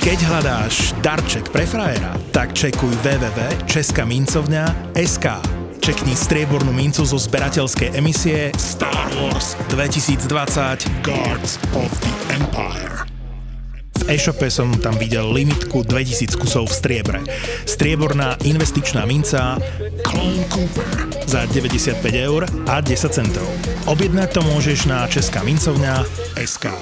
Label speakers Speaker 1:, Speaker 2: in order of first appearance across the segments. Speaker 1: Keď hľadáš darček pre frajera, tak čekuj www.českamincovňa.sk Čekni striebornú mincu zo zberateľskej emisie Star Wars 2020 Guards of the Empire. V e-shope som tam videl limitku 2000 kusov v striebre. Strieborná investičná minca Clone Cooper za 95 eur a 10 centov. Objednať to môžeš na Česká mincovňa SK.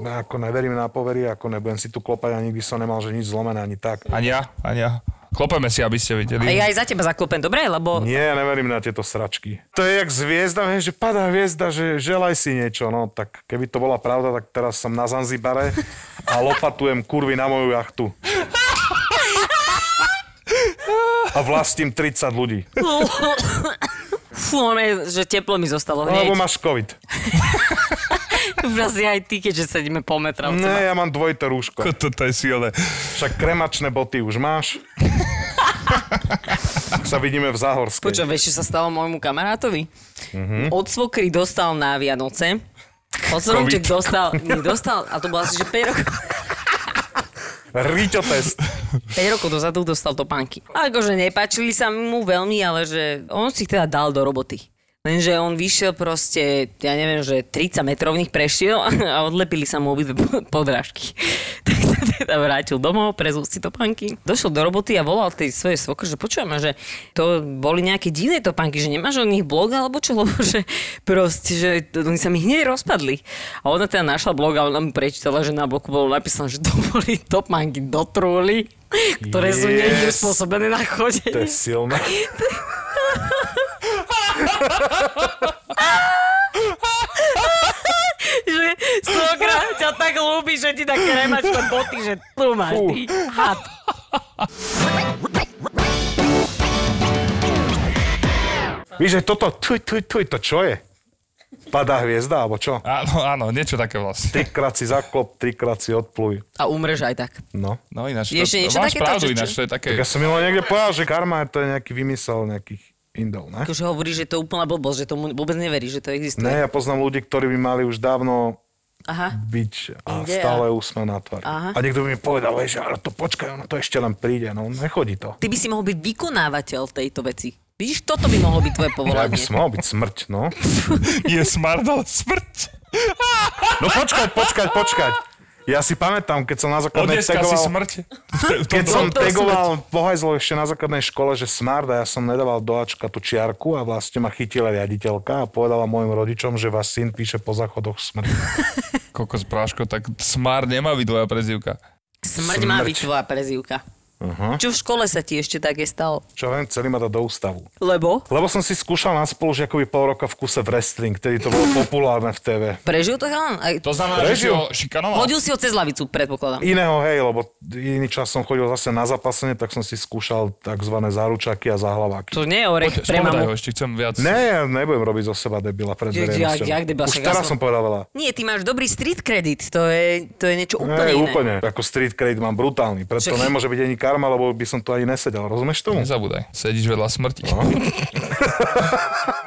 Speaker 2: Ja ako neverím na povery, ako nebudem si tu klopať, ani by som nemal, že nič zlomené, ani tak.
Speaker 3: Ani ja, ani ja. Klopeme si, aby ste videli.
Speaker 4: A ja aj za teba zaklopem, dobre? Lebo
Speaker 2: Nie, neverím na tieto sračky. To je jak s hviezdami, že padá hviezda, že želaj si niečo. No tak keby to bola pravda, tak teraz som na Zanzibare a lopatujem kurvy na moju jachtu. A vlastním 30 ľudí.
Speaker 4: fú, ono je, že teplo mi zostalo
Speaker 2: No, Lebo
Speaker 4: hneď. Ma...
Speaker 2: máš COVID.
Speaker 4: Vrazí aj ty, keďže sedíme po metra. od seba.
Speaker 2: Ne, ja mám dvojité rúško.
Speaker 3: Toto je silné.
Speaker 2: Však kremačné boty už máš. Tak sa vidíme v Záhorskej.
Speaker 4: Počujem, vieš, čo sa stalo môjmu kamarátovi?
Speaker 2: Mhm.
Speaker 4: Od svokry dostal na Vianoce. Od
Speaker 3: Covid.
Speaker 4: sromček dostal, nie, dostal, a to bolo asi, že 5 rokov.
Speaker 2: Rito test.
Speaker 4: 5 rokov dozadu dostal do panky. Ale akože nepáčili sa mu veľmi, ale že on si ich teda dal do roboty. Lenže on vyšiel proste, ja neviem, že 30 metrovných prešiel a odlepili sa mu obidve po- podrážky. Tak sa teda vrátil domov, prezul si topánky. Došiel do roboty a volal tej svojej svokr, že počúvame, že to boli nejaké divné topánky, že nemáš o nich blog alebo čo, lebo že proste, že oni sa mi hneď rozpadli. A ona teda našla blog a ona mu prečítala, že na bloku bolo napísané, že to boli topánky do trúly, ktoré yes. sú niekde
Speaker 2: Yes.
Speaker 4: spôsobené na chode.
Speaker 2: To je silné.
Speaker 4: že sogra ťa tak ľúbi, že ti dá kremačko boty, že tu máš ty. Hat.
Speaker 2: Víš, že toto, tuj, tuj, tuj, to čo je? Padá hviezda, alebo čo?
Speaker 3: Áno, áno, niečo také vlastne.
Speaker 2: Trikrát si zaklop, trikrát si odpluj.
Speaker 4: A umreš aj tak.
Speaker 2: No.
Speaker 3: No ináč,
Speaker 4: Ešte
Speaker 3: to,
Speaker 4: niečo
Speaker 3: máš
Speaker 4: takéto,
Speaker 3: pravdu,
Speaker 4: že čo?
Speaker 3: ináč to je také...
Speaker 2: Ja som minulé niekde povedal, že karma to je nejaký vymysel nejakých indov, ne?
Speaker 4: Akože hovorí, že to je úplná blbosť, že tomu vôbec neverí, že to existuje.
Speaker 2: Ne, ja poznám ľudí, ktorí by mali už dávno
Speaker 4: Aha.
Speaker 2: byť a
Speaker 4: Inde,
Speaker 2: stále úsmev na tvár.
Speaker 4: Aha.
Speaker 2: A niekto by mi povedal, že ale to počkaj, ono to ešte len príde, no nechodí to.
Speaker 4: Ty by si mohol byť vykonávateľ tejto veci. Vidíš, toto by mohlo byť tvoje
Speaker 2: Ja
Speaker 4: povolanie.
Speaker 2: by som mal byť smrť, no.
Speaker 3: Je smart, ale smrť.
Speaker 2: No počkať, počkať, počkať. Ja si pamätám, keď som na základnej
Speaker 3: Odneska si
Speaker 2: tagoval...
Speaker 3: smrť.
Speaker 2: Keď som
Speaker 4: to je
Speaker 2: tagoval pohajzlo ešte na základnej škole, že smart a ja som nedával do Ačka tú čiarku a vlastne ma chytila riaditeľka a povedala mojim rodičom, že váš syn píše po záchodoch smrť.
Speaker 3: Kokos práško, tak smart nemá byť tvoja prezivka.
Speaker 4: Smrť má
Speaker 2: Smrť.
Speaker 4: byť tvoja prezývka. Čo v škole sa ti ešte také stalo?
Speaker 2: Čo viem, celý ma dá do ústavu.
Speaker 4: Lebo?
Speaker 2: Lebo som si skúšal na spolužiakovi pol roka v kuse wrestling, vtedy to bolo populárne v TV.
Speaker 4: Prežil to chalan? Aj...
Speaker 3: To znamená, že si
Speaker 2: Prežil.
Speaker 3: ho šikanoval?
Speaker 4: Hodil si ho cez lavicu, predpokladám.
Speaker 2: Iného, hej, lebo iný čas som chodil zase na zapasenie, tak som si skúšal tzv. záručaky a záhlaváky.
Speaker 4: To nie je orech pre
Speaker 3: Spomenaj ho,
Speaker 4: mamu.
Speaker 3: ešte chcem viac.
Speaker 2: Ne, nebudem robiť zo seba debila pred
Speaker 4: Jak-
Speaker 2: verejnosťou.
Speaker 4: jak debila,
Speaker 2: Už
Speaker 4: však ja
Speaker 2: teraz som
Speaker 4: som-
Speaker 2: povedal veľa.
Speaker 4: Nie, ty máš dobrý street credit, to je, to je niečo úplne
Speaker 2: Hej,
Speaker 4: iné.
Speaker 2: úplne. Ako street credit mám brutálny, preto
Speaker 4: Však-
Speaker 2: nemôže byť ani karma, lebo by som tu ani nesedel. Rozumieš tomu?
Speaker 3: Nezabúdaj, sedíš vedľa smrti.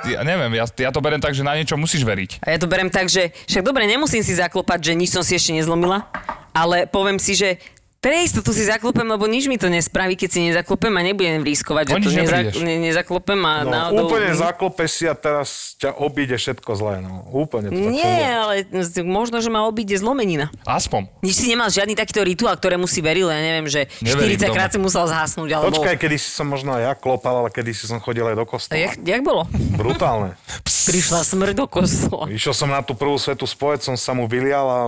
Speaker 3: ja neviem, ja, ja to berem tak, že na niečo musíš veriť.
Speaker 4: A ja to berem tak, že však dobre, nemusím si zaklopať, že nič som si ešte nezlomila, ale poviem si, že pre istotu si zaklopem, lebo nič mi to nespraví, keď si nezaklopem a nebudem riskovať, že
Speaker 3: O nič
Speaker 4: to neza-
Speaker 3: neprídeš.
Speaker 4: ne- nezaklopem a
Speaker 2: No,
Speaker 4: náhodou...
Speaker 2: úplne zaklopeš si a teraz ťa obíde všetko zlé. No. Úplne to tak
Speaker 4: Nie,
Speaker 2: funguje.
Speaker 4: ale možno, že ma obíde zlomenina.
Speaker 3: Aspoň.
Speaker 4: Nič si nemal žiadny takýto rituál, ktorému si veril, ja neviem, že
Speaker 3: Neverím
Speaker 4: 40 krát
Speaker 3: doma.
Speaker 4: si musel zhasnúť, alebo...
Speaker 2: Počkaj, kedy si som možno aj ja klopal, ale kedy si som chodil aj do
Speaker 4: A
Speaker 2: kostola.
Speaker 4: Jak, jak bolo?
Speaker 2: Brutálne.
Speaker 4: Prišla smrť do kostola.
Speaker 2: Išiel som na tú prvú svetú spoveď, som sa mu vylial a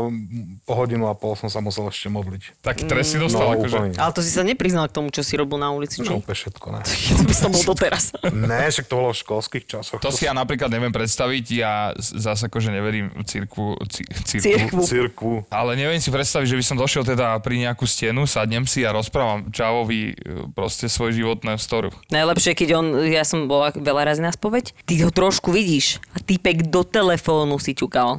Speaker 2: po hodinu a pol som sa musel ešte modliť.
Speaker 3: Taký trest si
Speaker 2: No,
Speaker 3: dostal, akože.
Speaker 2: úplne.
Speaker 4: Ale to si sa nepriznal k tomu, čo si robil na
Speaker 2: Čo,
Speaker 4: ulici,
Speaker 3: No.
Speaker 4: čo?
Speaker 2: úplne všetko, ne.
Speaker 4: To by som bol doteraz.
Speaker 2: Ne, však to bolo v školských časoch.
Speaker 3: To si ja napríklad neviem predstaviť, ja z- zase akože neverím v cirku, ci- cirku,
Speaker 4: Cirkvu.
Speaker 2: Cirkvu.
Speaker 3: ale neviem si predstaviť, že by som došiel teda pri nejakú stenu, sadnem si a rozprávam Čavovi e, proste svoj životné story.
Speaker 4: Najlepšie, keď on, ja som bola veľa razy na spoveď, ty ho trošku vidíš a týpek do telefónu si ťukal.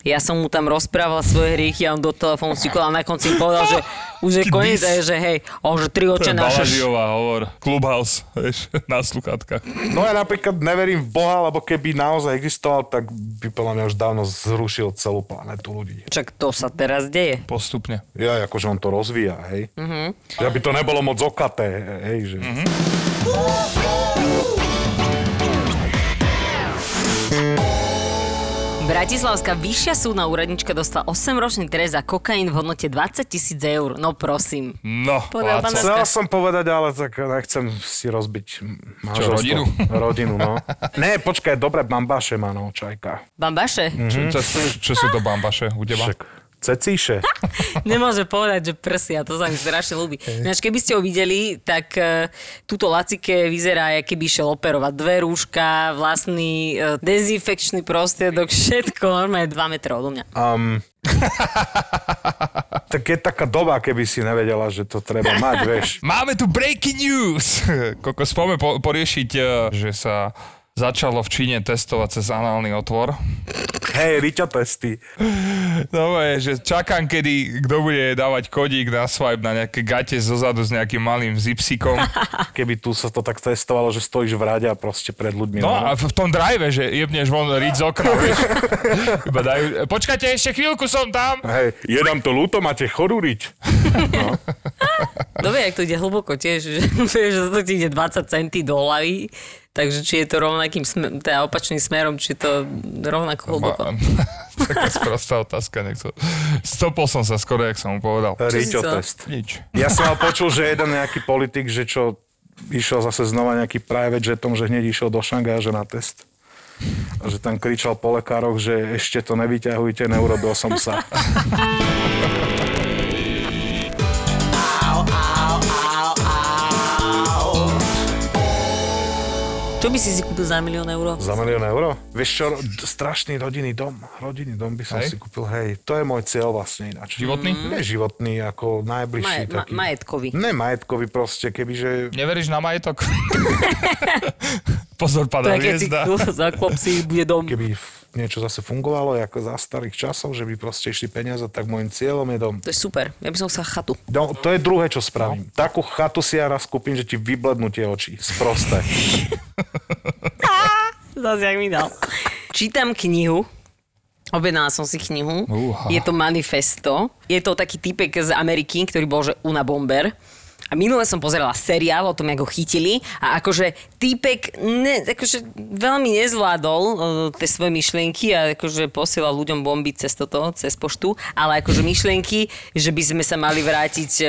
Speaker 4: Ja som mu tam rozprávala svoje hriechy a on do telefónu si a na konci mi povedal, že už je koniec a je, že hej, a on, že tri
Speaker 3: To
Speaker 4: oče
Speaker 3: je
Speaker 4: naše.
Speaker 3: Balažiová hovor. Clubhouse, vieš, na sluchátkach.
Speaker 2: No ja napríklad neverím v Boha, lebo keby naozaj existoval, tak by podľa mňa už dávno zrušil celú planetu ľudí.
Speaker 4: Čak to sa teraz deje.
Speaker 3: Postupne.
Speaker 2: Ja, akože on to rozvíja, hej. Mm-hmm. Ja by to nebolo moc okaté, hej, že... Mm-hmm.
Speaker 4: Bratislavská vyššia súdna úradnička dostala 8-ročný trest za kokain v hodnote 20 tisíc eur. No prosím.
Speaker 3: No, Láco.
Speaker 4: Podľa pána-
Speaker 2: Chcel som povedať, ale tak nechcem si rozbiť manželstvo.
Speaker 3: rodinu?
Speaker 2: Rodinu, no. Ne, počkaj, dobre, bambaše má, no, čajka.
Speaker 4: Bambaše?
Speaker 3: Čo, čo, čo sú to bambaše u teba?
Speaker 2: Však cecíše.
Speaker 4: Nemôže povedať, že prsia, to sa mi strašne ľúbi. Ináč, keby ste ho videli, tak e, túto lacike vyzerá, aké by išiel operovať. Dve rúška, vlastný e, dezinfekčný prostriedok, všetko, normálne 2 metre odo mňa.
Speaker 2: Um, tak je taká doba, keby si nevedela, že to treba mať, vieš.
Speaker 3: Máme tu breaking news! Kokos, poďme po, poriešiť, eh, že sa začalo v Číne testovať cez análny otvor.
Speaker 2: Hej, Riťa testy.
Speaker 3: No je, že čakám, kedy kto bude dávať kodík na swipe na nejaké gate zozadu s nejakým malým zipsikom.
Speaker 2: Keby tu sa to tak testovalo, že stojíš v rade a proste pred ľuďmi.
Speaker 3: No a v v tom drive, že jebneš von riť z okna, vieš. Iba dajú, počkajte, ešte chvíľku som tam.
Speaker 2: Hej, je nám to ľúto, máte chorúriť.
Speaker 4: No vie, ak to ide hlboko tiež, že, vieš, že to ti ide 20 centy do hlavy, takže či je to rovnakým, smer, teda opačným smerom, či je to rovnako hlboko.
Speaker 3: Ma- Taká sprostá otázka, nechcel. Stopol som sa skoro, jak som mu povedal.
Speaker 2: Riťo
Speaker 4: si chcela?
Speaker 2: test.
Speaker 3: Nič.
Speaker 2: Ja som ale počul, že jeden nejaký politik, že čo išiel zase znova nejaký private jetom, že hneď išiel do Šangaja, že na test. A že tam kričal po lekároch, že ešte to nevyťahujte, neurobil som sa.
Speaker 4: Čo by si si kúpil za milión eur?
Speaker 2: Za milión euro? Vieš čo, ro- strašný rodinný dom. Rodinný dom by som si
Speaker 3: Hej.
Speaker 2: kúpil, hej. To je môj cieľ vlastne ináč.
Speaker 3: Životný?
Speaker 2: Nie životný, ako najbližší
Speaker 4: Maje- ma-
Speaker 2: taký.
Speaker 4: majetkový.
Speaker 2: Ne majetkový proste, kebyže...
Speaker 3: Neveríš na majetok? Pozor,
Speaker 4: To
Speaker 3: padá
Speaker 4: je, keď si
Speaker 3: hviezda.
Speaker 4: zaklop si, bude dom.
Speaker 2: Keby f- niečo zase fungovalo, ako za starých časov, že by proste išli peniaze, tak môjim cieľom je dom.
Speaker 4: To je super, ja by som chcel chatu.
Speaker 2: No, to je druhé, čo spravím. Takú chatu si ja raz kúpim, že ti vyblednú tie oči. Sprosté.
Speaker 4: Zase, jak mi dal. Čítam knihu. Objednala som si knihu.
Speaker 3: Uha.
Speaker 4: Je to manifesto. Je to taký typek z Ameriky, ktorý bol, že Una Bomber. A minule som pozerala seriál o tom, ako ho chytili a akože týpek ne, akože veľmi nezvládol uh, tie svoje myšlienky a akože posielal ľuďom bomby cez toto, cez poštu, ale akože myšlienky, že by sme sa mali vrátiť uh,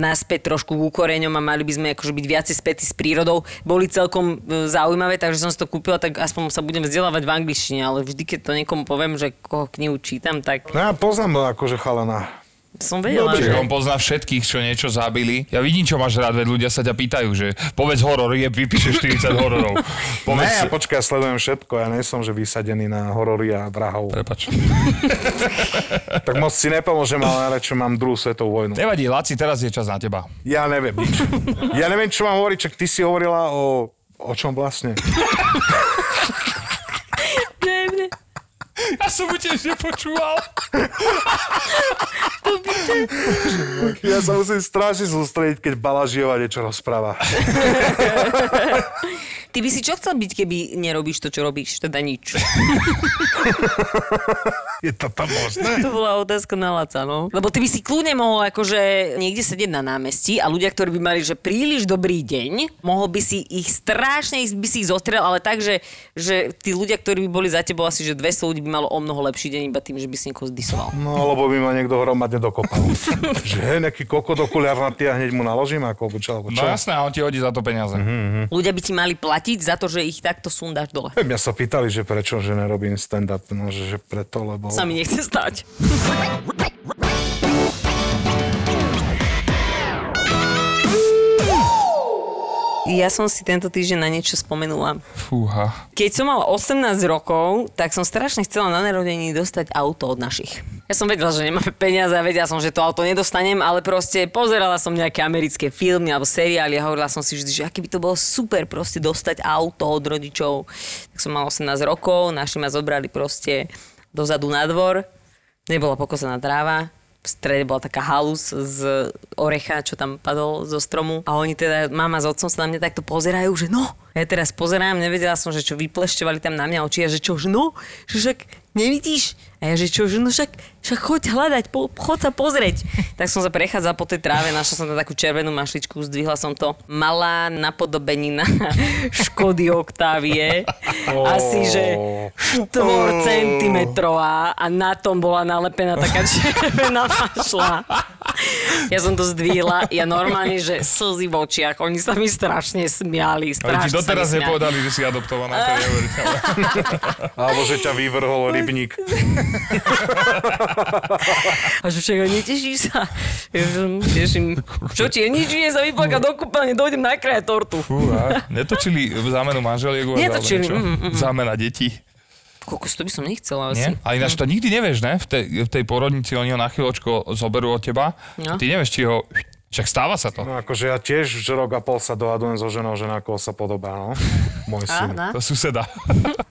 Speaker 4: naspäť trošku k koreňom a mali by sme akože byť viacej spätí s prírodou, boli celkom uh, zaujímavé, takže som si to kúpila, tak aspoň sa budem vzdelávať v angličtine, ale vždy, keď to niekomu poviem, že koho knihu čítam, tak
Speaker 2: No ja poznám akože chalana.
Speaker 4: som vedela,
Speaker 3: Čiže
Speaker 4: že...
Speaker 3: on pozná všetkých, čo niečo zabili. Ja vidím, čo máš rád, veď ľudia sa ťa pýtajú, že povedz horor, je, vypíše 40 hororov.
Speaker 2: Ne, ja
Speaker 3: Povedz...
Speaker 2: počkaj, ja sledujem všetko. Ja nie som, že vysadený na horory a vrahov.
Speaker 3: Prepač.
Speaker 2: Tak moc si nepomôžem, ale radšej mám druhú svetovú vojnu.
Speaker 3: Nevadí, Laci, teraz je čas na teba.
Speaker 2: Ja neviem nič. Ja neviem, čo mám hovoriť, čak ty si hovorila o... O čom vlastne?
Speaker 4: Ne, ne,
Speaker 3: Ja som mu tiež nepočúval.
Speaker 2: Ja sa musím strašne sústrediť, keď Balažiova niečo rozpráva.
Speaker 4: Ty by si čo chcel byť, keby nerobíš to, čo robíš? Teda nič.
Speaker 2: Je to tam možné?
Speaker 4: To bola otázka na Laca, no. Lebo ty by si kľudne mohol akože niekde sedieť na námestí a ľudia, ktorí by mali, že príliš dobrý deň, mohol by si ich strašne, by si ich zostrel, ale tak, že, že tí ľudia, ktorí by boli za tebou, asi že 200 ľudí by malo o mnoho lepší deň iba tým, že by si niekoho zdisoval.
Speaker 2: No, lebo by ma niekto hromadne dokopal. že hej, nejaký kokodokuliar na ty a hneď mu naložím ako čo, alebo čo?
Speaker 3: No jasné, a on ti hodí za to peniaze.
Speaker 4: Mhm. Ľudia by ti mali platiť za to, že ich takto sundáš dole.
Speaker 2: Mňa sa pýtali, že prečo, že nerobím stand-up, no, že, že preto, lebo...
Speaker 4: Sa mi nechce stať. Ja som si tento týždeň na niečo spomenula.
Speaker 3: Fúha.
Speaker 4: Keď som mala 18 rokov, tak som strašne chcela na narodení dostať auto od našich. Ja som vedela, že nemáme peniaze a vedela som, že to auto nedostanem, ale proste pozerala som nejaké americké filmy alebo seriály a hovorila som si vždy, že aké by to bolo super proste dostať auto od rodičov. Tak som mala 18 rokov, naši ma zobrali proste dozadu na dvor, nebola pokosaná tráva, v strede bola taká halus z orecha, čo tam padol zo stromu. A oni teda, mama s otcom sa na mňa takto pozerajú, že no. Ja teraz pozerám, nevedela som, že čo vyplešťovali tam na mňa oči a že čo, že no, že však nevidíš? A ja, že čo, že no však, však choď hľadať, po, choď sa pozrieť. Tak som sa prechádzala po tej tráve, našla som tam takú červenú mašličku, zdvihla som to. Malá napodobenina Škody Octavie. Asi, že 4 cm a na tom bola nalepená taká červená mašla. Ja som to zdvihla, ja normálne, že slzy v očiach, oni sa mi strašne
Speaker 3: Ale
Speaker 4: smiali,
Speaker 3: ti
Speaker 4: strašne sa mi
Speaker 3: doteraz
Speaker 4: smiali.
Speaker 3: nepovedali, že si adoptovaná, to je neuveriteľné.
Speaker 2: Alebo že ťa vyvrhol rybník.
Speaker 4: A že však netešíš sa? Ja som, teším. Čo ti je? Nič nie sa vyplaka do kúpeľne, dojdem na kraje tortu.
Speaker 3: Fúha. Netočili v zámenu manželiek? alebo
Speaker 4: Netočili,
Speaker 3: niečo?
Speaker 4: mm,
Speaker 3: Zámena detí.
Speaker 4: Kokos, to by som nechcela asi.
Speaker 3: Nie? A ináč to nikdy nevieš, ne? V tej, v tej porodnici oni ho na chvíľočku zoberú od teba.
Speaker 4: No.
Speaker 3: Ty nevieš, či ho... Však stáva sa to.
Speaker 2: No akože ja tiež už rok a pol sa dohadujem so ženou, že na koho sa podobá, no. Môj
Speaker 4: A,
Speaker 2: syn.
Speaker 4: na?
Speaker 3: To suseda.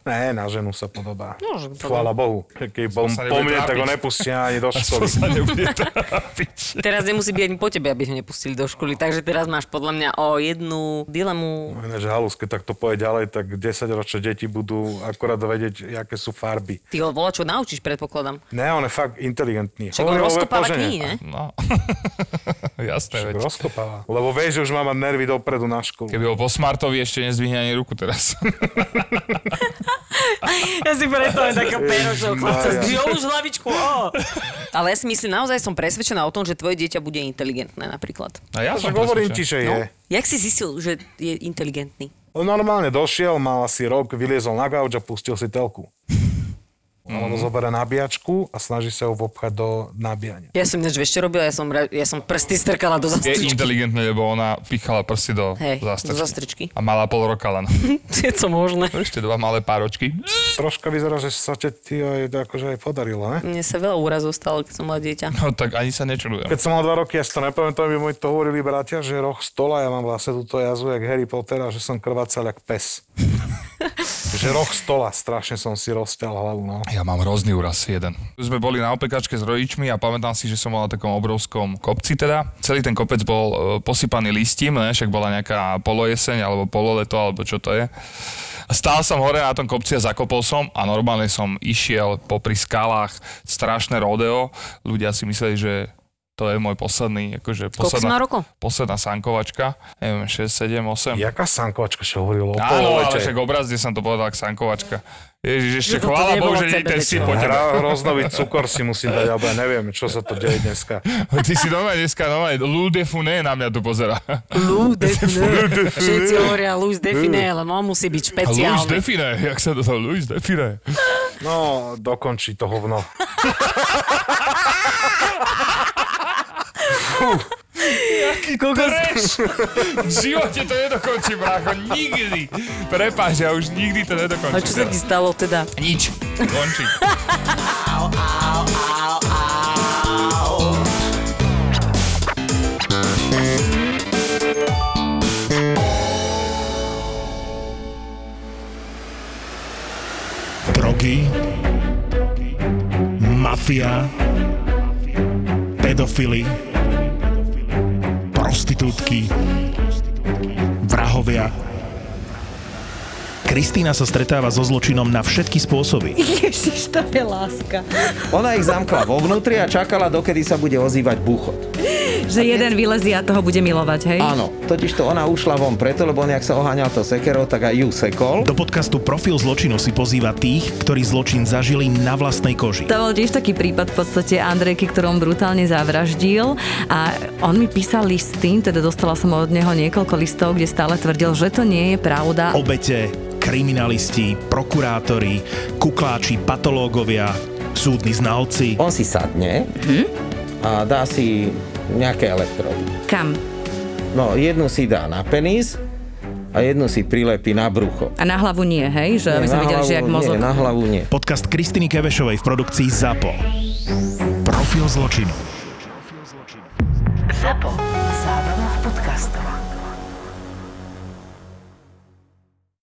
Speaker 2: Ne, na ženu sa podobá.
Speaker 4: No, že podobá.
Speaker 2: Chvála Bohu. Keď bol
Speaker 3: sa
Speaker 2: po
Speaker 3: nebude
Speaker 2: mne, tak ho
Speaker 3: trápiť.
Speaker 2: nepustia ani do
Speaker 3: To
Speaker 2: školy.
Speaker 3: sa nebude trápiť.
Speaker 4: Teraz nemusí byť ani po tebe, aby ho nepustili do školy, takže teraz máš podľa mňa o jednu dilemu.
Speaker 2: Ináč halus, keď takto pôjde ďalej, tak 10 ročné deti budú akorát vedieť, aké sú farby.
Speaker 4: Ty ho volá, čo naučíš, predpokladám.
Speaker 2: Ne, on je fakt inteligentný.
Speaker 4: Však on
Speaker 2: Hovorím o
Speaker 4: rozkopáva
Speaker 2: Vepožene.
Speaker 4: knihy, ne?
Speaker 3: No. Jasné,
Speaker 2: Však
Speaker 3: veď.
Speaker 2: rozkopáva. Lebo vieš, že už má mať nervy dopredu na školu.
Speaker 3: Keby bol po Smartovi, ešte nezdvihne ani ruku teraz.
Speaker 4: Ja si predstavujem takého pero, že chlapca
Speaker 2: Ježišmaria.
Speaker 4: zdvihol už hlavičku. Ó. Ale ja si myslím, naozaj som presvedčená o tom, že tvoje dieťa bude inteligentné napríklad.
Speaker 3: A ja som
Speaker 2: Však hovorím ti,
Speaker 3: presvedčený.
Speaker 4: No.
Speaker 2: že je.
Speaker 4: Jak si zistil, že je inteligentný?
Speaker 2: On normálne došiel, mal asi rok, vyliezol na gauč a pustil si telku. Alebo
Speaker 3: Mhm.
Speaker 2: zoberá nabíjačku a snaží sa ju obchať do nabíjania.
Speaker 4: Ja som ináč vieš, čo robila? Ja som, ra- ja som prsty strkala do
Speaker 3: Je
Speaker 4: zastričky.
Speaker 3: inteligentné, lebo ona pichala prsty do
Speaker 4: Hej,
Speaker 3: zastrčky.
Speaker 4: do zastrčky.
Speaker 3: A mala pol roka len.
Speaker 4: Je to možné.
Speaker 3: Ešte dva malé páročky.
Speaker 2: Troška vyzerá, že sa te ty aj, akože aj podarilo, ne?
Speaker 4: Mne sa veľa úrazov stalo, keď som mala dieťa.
Speaker 3: No tak ani sa nečudujem.
Speaker 2: Keď som mal dva roky, ja si to nepamätám, by mi to hovorili bratia, že roh stola, ja mám vlastne túto jazu, jak Harry Potter, a že som krvácal jak pes. že roh stola, strašne som si rozťal hlavu, no.
Speaker 3: Ja mám hrozný úraz, jeden. Sme boli na opekačke s rodičmi a pamätám si, že som bol na takom obrovskom kopci teda. Celý ten kopec bol e, posypaný listím, ne? však bola nejaká polojeseň alebo pololeto alebo čo to je. A stál som hore na tom kopci a zakopol som a normálne som išiel popri skalách strašné rodeo. Ľudia si mysleli, že to je môj posledný, akože
Speaker 4: Koľko si má
Speaker 3: posledná,
Speaker 4: rokov?
Speaker 3: posledná sankovačka. Neviem, 6, 7, 8.
Speaker 2: Jaká sankovačka, čo hovorilo o
Speaker 3: Áno, ale
Speaker 2: pololete?
Speaker 3: však obrazne som to povedal, ak sankovačka. Ježiš, ešte
Speaker 4: Že toto
Speaker 3: chvála Bohu,
Speaker 4: nebolo
Speaker 3: že nie je ten
Speaker 4: CBD,
Speaker 3: syn
Speaker 4: čo?
Speaker 3: po tebe.
Speaker 2: Hra, hroznový cukor si musím dať, alebo ja neviem, čo sa to deje dneska.
Speaker 3: Ty si doma dneska, doma, Lul de Funé na mňa tu pozera.
Speaker 4: Lou Define. Všetci hovoria Luz Define, ale on musí byť
Speaker 3: Luis
Speaker 4: špeciálny.
Speaker 3: Define, jak sa to tam, Luis Define.
Speaker 2: No, dokončí to hovno.
Speaker 3: Treš! V živote to nedokončím, brácho, nikdy. Prepáč, ja už nikdy to nedokončím.
Speaker 4: A čo sa ti stalo teda?
Speaker 3: Nič. Končím.
Speaker 1: Drogy, mafia, pedofily, prostitútky, vrahovia. Kristýna sa stretáva so zločinom na všetky spôsoby.
Speaker 5: Ježiš, to je láska.
Speaker 6: Ona ich zamkla vo vnútri a čakala, dokedy sa bude ozývať búchod.
Speaker 5: Že jeden vylezie a toho bude milovať, hej?
Speaker 6: Áno, totiž to ona ušla von preto, lebo on, jak sa oháňal to sekerou, tak aj ju sekol.
Speaker 1: Do podcastu Profil zločinu si pozýva tých, ktorí zločin zažili na vlastnej koži.
Speaker 5: To bol tiež taký prípad v podstate Andrejky, ktorom brutálne zavraždil a on mi písal listy, teda dostala som od neho niekoľko listov, kde stále tvrdil, že to nie je pravda.
Speaker 1: Obete, kriminalisti, prokurátori, kukláči, patológovia, súdni znalci.
Speaker 6: On si sadne
Speaker 5: Mhm.
Speaker 6: a dá si nejaké elektrody.
Speaker 5: Kam?
Speaker 6: No, jednu si dá na penis a jednu si prilepí na brucho.
Speaker 5: A na hlavu nie, hej? Že aby
Speaker 6: Nie,
Speaker 5: sme
Speaker 6: na
Speaker 5: videli, že
Speaker 6: hlavu-
Speaker 5: jak mozog.
Speaker 6: Nie, na hlavu nie.
Speaker 1: Podcast Kristiny Kevešovej v produkcii ZAPO. Profil zločinu.
Speaker 7: Zapo. Zábrná v podcastovách.